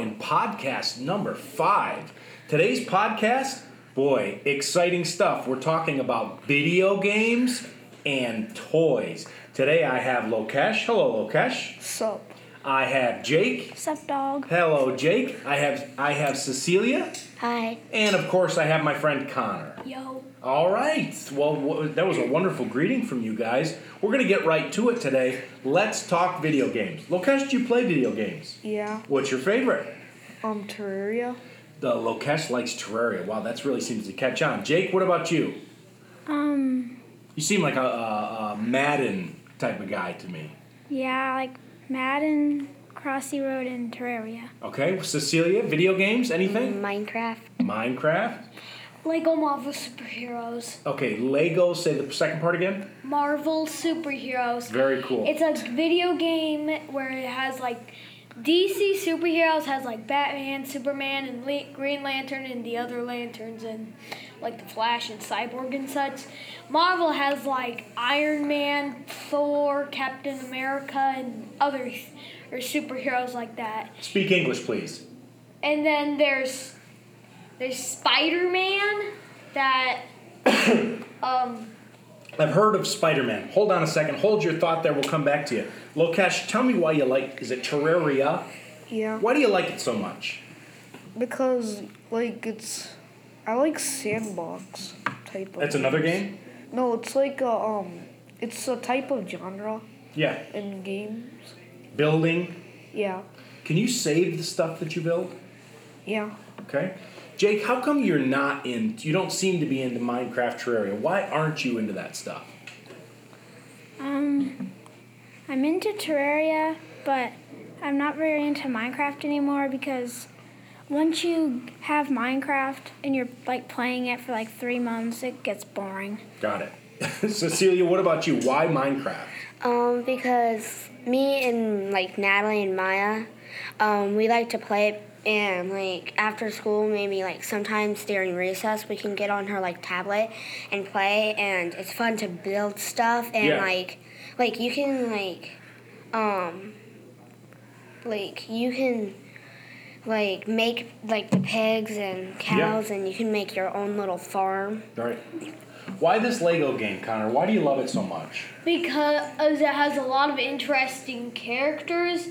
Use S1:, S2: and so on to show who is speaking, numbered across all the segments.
S1: podcast number five. Today's podcast, boy, exciting stuff. We're talking about video games and toys. Today I have Lokesh. Hello, Lokesh.
S2: Sup.
S1: I have Jake.
S2: Sup, dog.
S1: Hello, Jake. I have I have Cecilia,
S2: Hi.
S1: and of course I have my friend Connor.
S2: Yo.
S1: All right. Well, w- that was a wonderful greeting from you guys. We're going to get right to it today. Let's talk video games. Lokesh, do you play video games?
S2: Yeah.
S1: What's your favorite?
S2: Um, Terraria.
S1: The Lokesh likes Terraria. Wow, that really seems to catch on. Jake, what about you?
S2: Um.
S1: You seem like a, a, a Madden type of guy to me.
S2: Yeah, like Madden, Crossy Road, and Terraria.
S1: Okay, Cecilia, video games, anything?
S2: Minecraft.
S1: Minecraft?
S3: Lego Marvel Superheroes.
S1: Okay, Lego, say the second part again.
S3: Marvel Superheroes.
S1: Very cool.
S3: It's a video game where it has like DC superheroes has like Batman, Superman, and Le- Green Lantern, and the other lanterns, and like the Flash and Cyborg and such. Marvel has like Iron Man, Thor, Captain America, and other or superheroes like that.
S1: Speak English, please.
S3: And then there's there's Spider Man that um.
S1: I've heard of Spider Man. Hold on a second. Hold your thought there. We'll come back to you. Lokesh, tell me why you like. Is it Terraria?
S2: Yeah.
S1: Why do you like it so much?
S2: Because like it's, I like sandbox type of.
S1: That's another game?
S2: No, it's like a um, it's a type of genre
S1: Yeah.
S2: in games.
S1: Building.
S2: Yeah.
S1: Can you save the stuff that you build?
S2: Yeah.
S1: Okay. Jake, how come you're not in. You don't seem to be into Minecraft Terraria. Why aren't you into that stuff?
S4: Um, I'm into Terraria, but I'm not very into Minecraft anymore because once you have Minecraft and you're like playing it for like three months, it gets boring.
S1: Got it. Cecilia, what about you? Why Minecraft?
S5: Um, because me and like Natalie and Maya, um, we like to play it and like after school maybe like sometimes during recess we can get on her like tablet and play and it's fun to build stuff and
S1: Yeah.
S5: like like you can like um like you can like make like the pigs and cows and you can make your own little farm.
S1: All right. Why this Lego game, Connor? Why do you love it so much?
S3: because it has a lot of interesting characters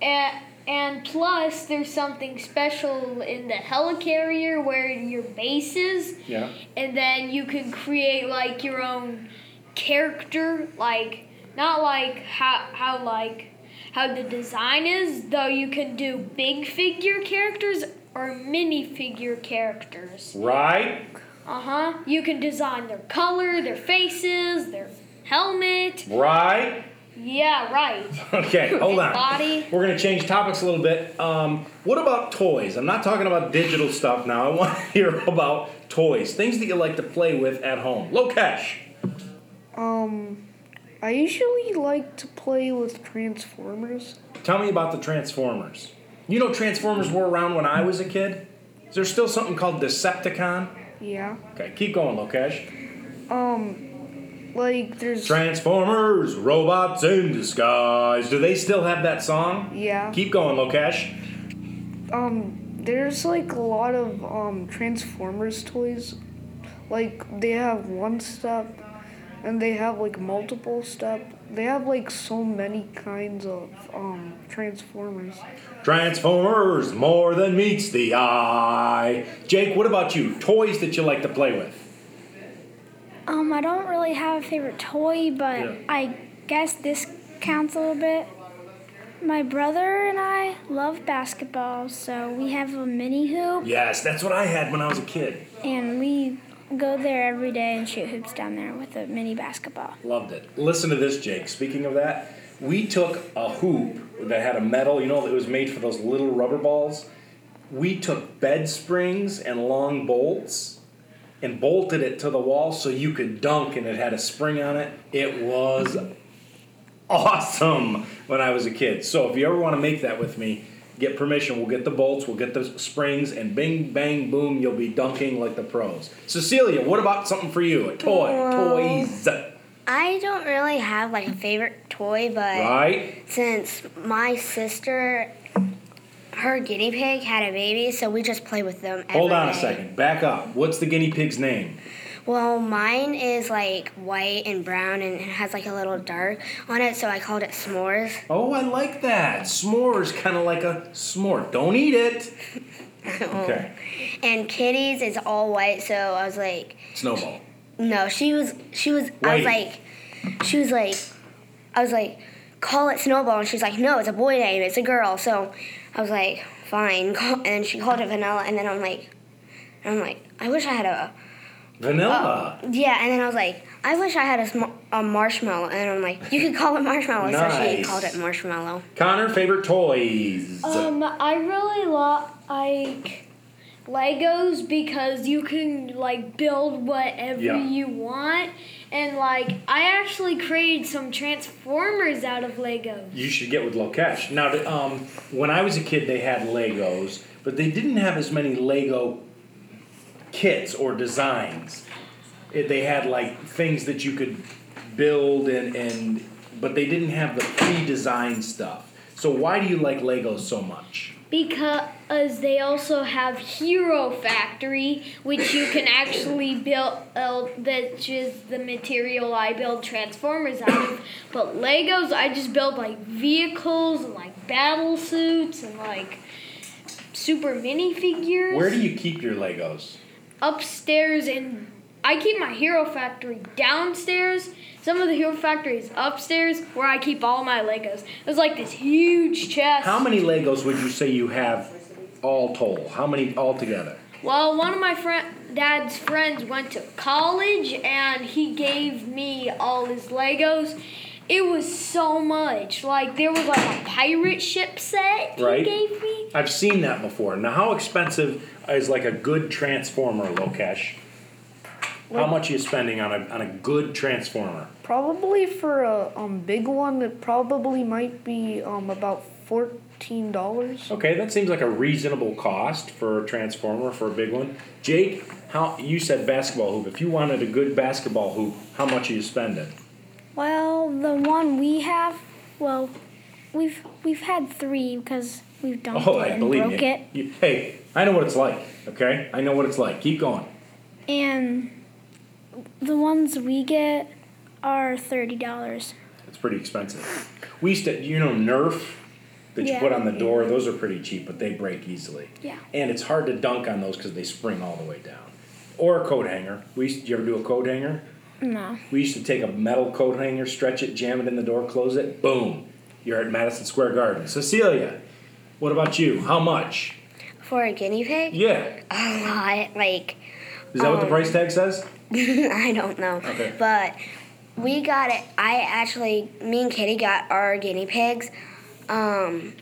S3: and and plus there's something special in the helicarrier where your base is
S1: Yeah.
S3: and then you can create like your own character like not like how how like how the design is though you can do big figure characters or mini figure characters
S1: Right?
S3: uh-huh you can design their color their faces their helmet
S1: Right?
S3: yeah, right.
S1: Okay, hold on.
S3: Body.
S1: We're gonna change topics a little bit. Um, what about toys? I'm not talking about digital stuff now. I want to hear about toys, things that you like to play with at home. Lokesh,
S2: Um, I usually like to play with Transformers.
S1: tell me about the Transformers. You know, Transformers were around when I was a kid. Is there still something called Decepticon?
S2: Yeah.
S1: Okay, keep going, Lokesh.
S2: Um, like there's.
S1: Transformers, robots in disguise. Do they still have that song?
S2: yeah.
S1: Keep going, Lokesh.
S2: Um, there's like a lot of um Transformers toys. Like they have one step, and they have like multiple step. They have like so many kinds of um Transformers.
S1: Transformers, more than meets the eye. Jake, what about you? Toys that you like to play with?
S4: Um, I don't really have a favorite toy, but
S1: Yeah.
S4: I guess this counts a little bit. My brother and I love basketball, so we have a mini hoop
S1: Yes, that's what I had when I was a kid.
S4: and we go there every day and shoot hoops down there with a mini basketball.
S1: Loved it. Listen to this, Jake. Speaking of that, we took a hoop that had a metal, you know, that was made for those little rubber balls. We took bed springs and long bolts and bolted it to the wall so you could dunk and it had a spring on it. It was awesome when I was a kid. So if you ever want to make that with me, get permission. We'll get the bolts, we'll get the springs, and bing, bang, boom, you'll be dunking like the pros. Cecilia, what about something for you? A toy. Toys.
S5: I don't really have like a favorite toy but
S1: Right?
S5: since my sister her guinea pig had a baby, so we just play with them.
S1: Hold
S5: every
S1: on a
S5: day.
S1: second. Back up. What's the guinea pig's name?
S5: Well, mine is like white and brown, and it has like a little dark on it, so I called it S'mores.
S1: Oh, I like that. S'mores, kind of like a s'more. Don't eat it. Okay.
S5: And Kitty's is all white, so I was like,
S1: Snowball.
S5: no, she was, she was, I was
S1: White.
S5: like, she was like, I was like, call it Snowball, and she's like, no, it's a boy name, it's a girl. So I was like, fine, call, and then she called it Vanilla, and then I'm like, I'm like, I wish I had a
S1: Vanilla.
S5: Yeah, and then I was like, I wish I had a, sm- a marshmallow. And I'm like, you could call it marshmallow. So she
S1: Nice.
S5: called it marshmallow.
S1: Connor, favorite toys.
S3: Um, I really lo- like Legos because you can like build whatever
S1: Yeah.
S3: you want, and like I actually created some Transformers out of Legos.
S1: you should get with Lokesh. Now, to- um, when I was a kid, they had Legos, but they didn't have as many Lego kits or designs. It, they had like things that you could build and, and but they didn't have the pre-designed stuff. So why do you like Legos so much?
S3: Because they also have Hero Factory, which you can actually build, uh, which is the material I build Transformers out of. But Legos, I just build like vehicles and like battle suits and like super minifigures.
S1: Where do you keep your Legos?
S3: Upstairs and I keep my Hero Factory downstairs. Some of the Hero Factory is upstairs where I keep all my Legos. It's like this huge chest.
S1: How many Legos would you say you have all told? How many altogether?
S3: Well, one of my friend, dad's friends went to college, and he gave me all his Legos. It was so much. Like there was like a pirate ship set he
S1: Right.
S3: gave me.
S1: I've seen that before. Now, how expensive is like a good transformer, Lokesh? How much are you spending on a, on a good transformer?
S2: Probably for a um, big one, it probably might be um, about fourteen dollars.
S1: Okay, that seems like a reasonable cost for a transformer for a big one. Jake, how you said basketball hoop. If you wanted a good basketball hoop, how much are you spending?
S4: Well, the one we have, well, we've we've had three because we've dumped
S1: Oh,
S4: it
S1: I
S4: and
S1: believe
S4: broke
S1: you.
S4: it.
S1: You- Hey, I know what it's like. Okay, I know what it's like. Keep going.
S4: And the ones we get are thirty dollars.
S1: It's pretty expensive. We used to, you know, Nerf that you
S4: Yeah.
S1: put on the door. Those are pretty cheap, but they break easily.
S4: Yeah.
S1: And it's hard to dunk on those because they spring all the way down. Or a coat hanger. We used. Did you ever do a coat hanger?
S4: No.
S1: We used to take a metal coat hanger, stretch it, jam it in the door, close it. Boom. You're at Madison Square Garden. Cecilia, what about you? How much?
S5: For a guinea pig?
S1: Yeah.
S5: A lot. Like,
S1: Is that what the
S4: Um,
S1: price tag says?
S5: I don't know.
S1: Okay.
S5: But we got it. I actually, me and Kitty got our guinea pigs um,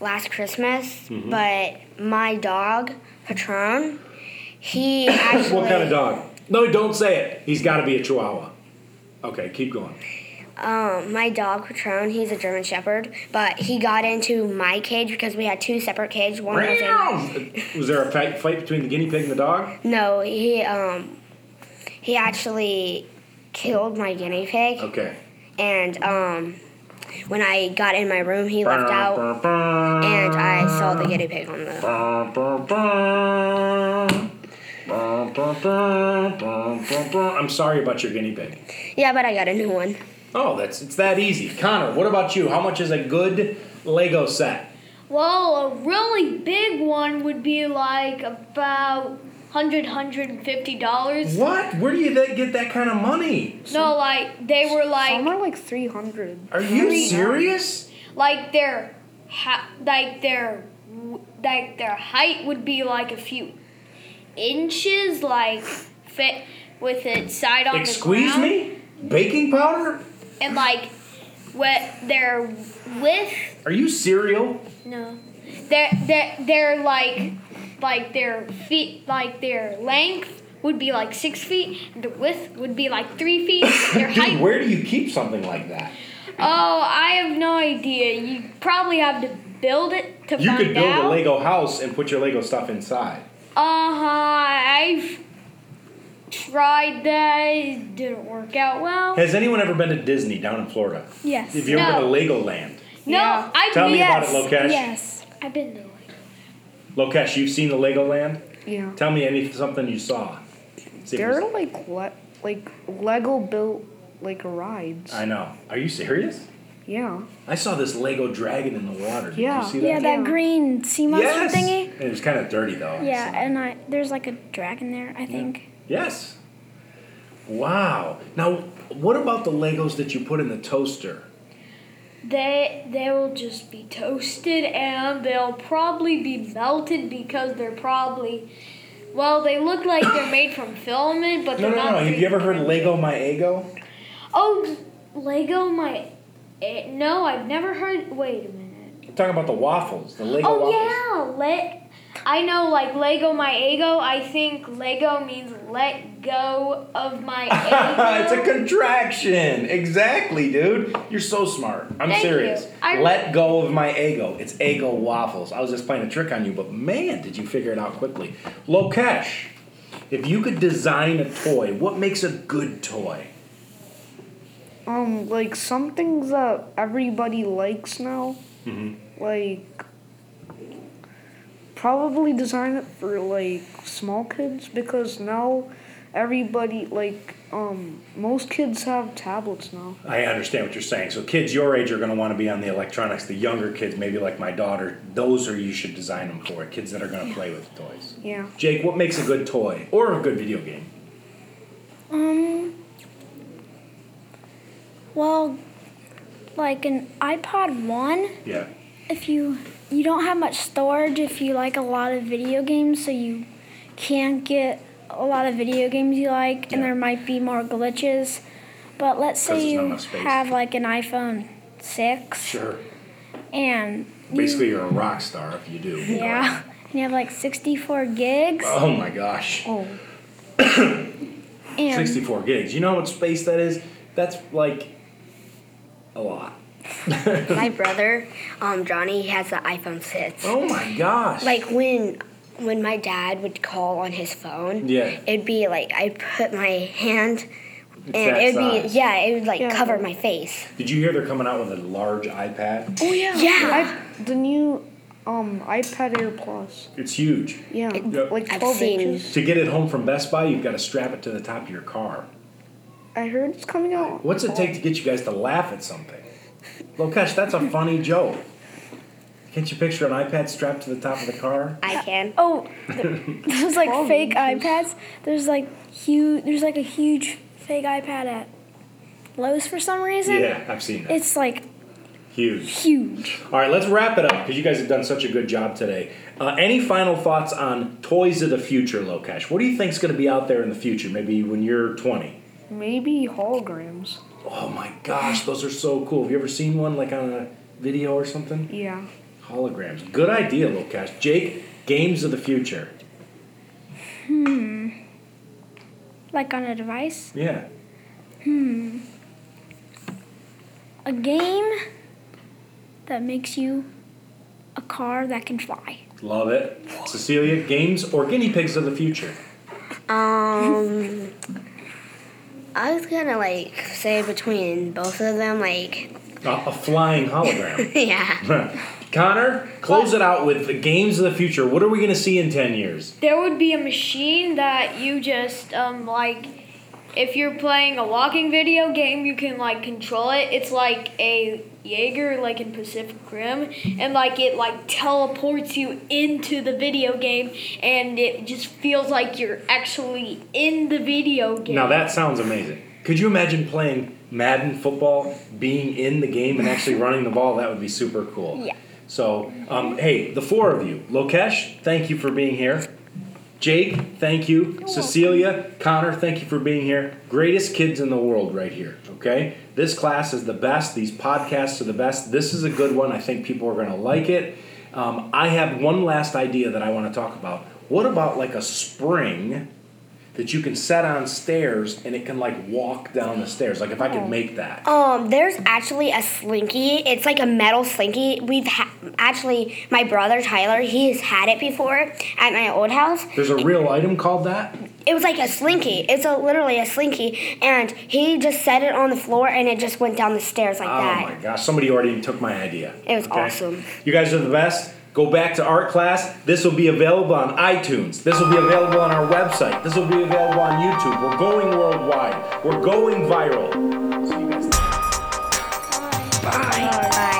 S5: last Christmas,
S1: Mm-hmm.
S5: but my dog, Patron, he actually.
S1: What kind of dog? No, don't say it. He's got to be a Chihuahua. Okay, keep going.
S5: Um, my dog Patron, he's a German Shepherd, but he got into my cage because we had two separate cages. One was in,
S1: Was there a fight, fight between the guinea pig and the dog?
S5: no, he um, he actually killed my guinea pig,
S1: Okay.
S5: and um, when I got in my room, he left out, and I saw the guinea pig on the.
S1: I'm sorry about your guinea pig.
S5: Yeah, but I got a new one.
S1: Oh, that's it's that easy. Connor, what about you? How much is a good Lego set?
S3: Well, a really big one would be like about 100 150 dollars.
S1: What? Where do you that, get that kind of money?
S3: No, like they were like
S2: Some are like three hundred.
S1: Are you serious?
S3: like their ha- like their w- like their height would be like a few inches like fit with its side on the
S1: Excuse
S3: ground
S1: me? Baking powder?
S3: and like what their width
S1: Are you cereal?
S3: no their their their like like their feet like their length would be like six feet and the width would be like three feet their height
S1: Dude, where do you keep something like that?
S3: oh i have no idea you probably have to build it to
S1: You
S3: find
S1: could build
S3: out
S1: a Lego house and put your Lego stuff inside.
S3: Uh huh. I've tried that. It didn't work out well.
S1: Has anyone ever been to Disney down in Florida?
S4: Yes.
S1: Have you ever
S3: No.
S1: been to Legoland?
S3: no,
S4: Yeah.
S3: I
S1: Tell me about
S3: yes.
S1: it, Lokesh.
S4: Yes.
S3: I've been to like
S1: Lokesh, you've seen the Legoland.
S2: Yeah.
S1: Tell me anything something you saw. See if it
S2: They're
S1: was-
S2: like le- like Lego built like rides.
S1: I know. Are you serious?
S2: yeah.
S1: I saw this Lego dragon in the water. Did
S2: Yeah.
S1: you see that?
S4: Yeah, that
S2: Yeah.
S4: green sea monster
S1: yes.
S4: thingy.
S1: And it was kind of dirty though.
S4: Yeah, and I there's like a dragon there, I think.
S1: Yes. Wow. Now, what about the Legos that you put in the toaster?
S3: They they will just be toasted and they'll probably be melted because they're probably well, they look like they're made from filament, but
S1: No, no,
S3: they're not.
S1: no. Have
S3: made
S1: you ever heard
S3: from-
S1: Lego my ego?
S3: Oh, Lego my eh, No, I've never heard. Wait a minute.
S1: I'm talking about the waffles, the Lego
S3: Oh
S1: waffles.
S3: yeah, let I know like Lego my ego. I think Lego means let go of my ego.
S1: it's a contraction. Exactly, dude. You're so smart. I'm
S3: Thank
S1: serious.
S3: you. I-
S1: Let go of my ego. It's ego waffles. I was just playing a trick on you, but man, did you figure it out quickly. Lokesh, if you could design a toy, what makes a good toy?
S2: Um, like some things that everybody likes now. Like probably design it for like small kids because now everybody like um most kids have tablets now.
S1: I understand what you're saying. So kids your age are going to want to be on the electronics. The younger kids, maybe like my daughter, those are you should design them for. Kids that are going to play with toys.
S2: Yeah.
S1: Jake, what makes a good toy or a good video game?
S4: Um well like an iPod 1
S1: Yeah.
S4: if you you don't have much storage if you like a lot of video games so you can't get a lot of video games you like and
S1: Yeah.
S4: there might be more glitches but let's
S1: 'Cause
S4: say
S1: there's not
S4: you
S1: enough space.
S4: have like an iphone 6
S1: Sure.
S4: and you-
S1: Basically, you're a rock star if you do.
S4: yeah and you have like 64 gigs
S1: Oh my gosh.
S2: Oh,
S4: and
S1: 64 gigs. You know how much space that is? That's like a lot.
S5: My brother, um, Johnny, he has the iPhone 6.
S1: Oh my gosh.
S5: Like when when my dad would call on his phone,
S1: Yeah.
S5: it'd be like I'd put my hand and
S1: that
S5: it'd
S1: size.
S5: be yeah, it would like
S2: Yeah.
S5: cover my face.
S1: Did you hear they're coming out with a large iPad?
S2: oh yeah.
S5: Yeah.
S2: I, the new um iPad Air Plus.
S1: It's huge.
S2: Yeah.
S1: Yep.
S2: Like
S5: I've
S2: 12
S5: seen-
S2: inches.
S1: To get it home from Best Buy, you've got to strap it to the top of your car.
S2: I heard it's coming out.
S1: What's it take to get you guys to laugh at something? Lokesh, that's a funny joke. Can't you picture an iPad strapped to the top of the car?
S5: I can.
S4: oh there's like fake ipads there's like huge there's like a huge fake ipad at lowes for some reason
S1: Yeah, I've seen that.
S4: it's like
S1: Huge.
S4: huge
S1: All right, let's wrap it up because you guys have done such a good job today. Uh, any final thoughts on toys of the future, Lokesh? What do you think's going to be out there in the future? Maybe when you're 20.
S2: Maybe holograms.
S1: Oh my gosh, those are so cool. Have you ever seen one like on a video or something?
S2: Yeah.
S1: Holograms. Good idea, Lokesh. Jake, games of the future.
S4: like on a device
S1: Yeah.
S4: a game that makes you a car that can fly.
S1: Love it. Cecilia, games or guinea pigs of the future?
S5: Um I was gonna like say between both of them, like
S1: Uh, a flying hologram.
S5: yeah.
S1: Connor, close it out with the games of the future. What are we going to see in 10 years?
S3: There would be a machine that you just um like if you're playing a walking video game, you can like control it. It's like a Jaeger like in Pacific Rim and like it like teleports you into the video game and it just feels like you're actually in the video game.
S1: Now that sounds amazing. Could you imagine playing Madden football, being in the game and actually running the ball? That would be super cool.
S5: Yeah.
S1: So, um, hey, the four of you, Lokesh, thank you for being here. Jake, thank you. Cecilia, Connor, thank you for being here. Greatest kids in the world, right here. Okay, this class is the best. These podcasts are the best. This is a good one. I think people are going to like it. Um, I have one last idea that I want to talk about. What about like a spring that you can set on stairs and it can like walk down the stairs? Like if I could
S5: Oh.
S1: make that.
S5: Um, there's actually a slinky. It's like a metal slinky. We've ha- actually, my brother Tyler, he has had it before at my old house.
S1: There's a real item called that.
S5: It was like a slinky. It's a, literally a slinky, and he just set it on the floor, and it just went down the stairs like
S1: Oh
S5: that.
S1: my gosh, somebody already took my idea.
S5: It was awesome.
S1: You guys are the best. Go back to art class. This will be available on iTunes. This will be available on our website. This will be available on YouTube. We're going worldwide. We're going viral. See you guys.
S5: Bye.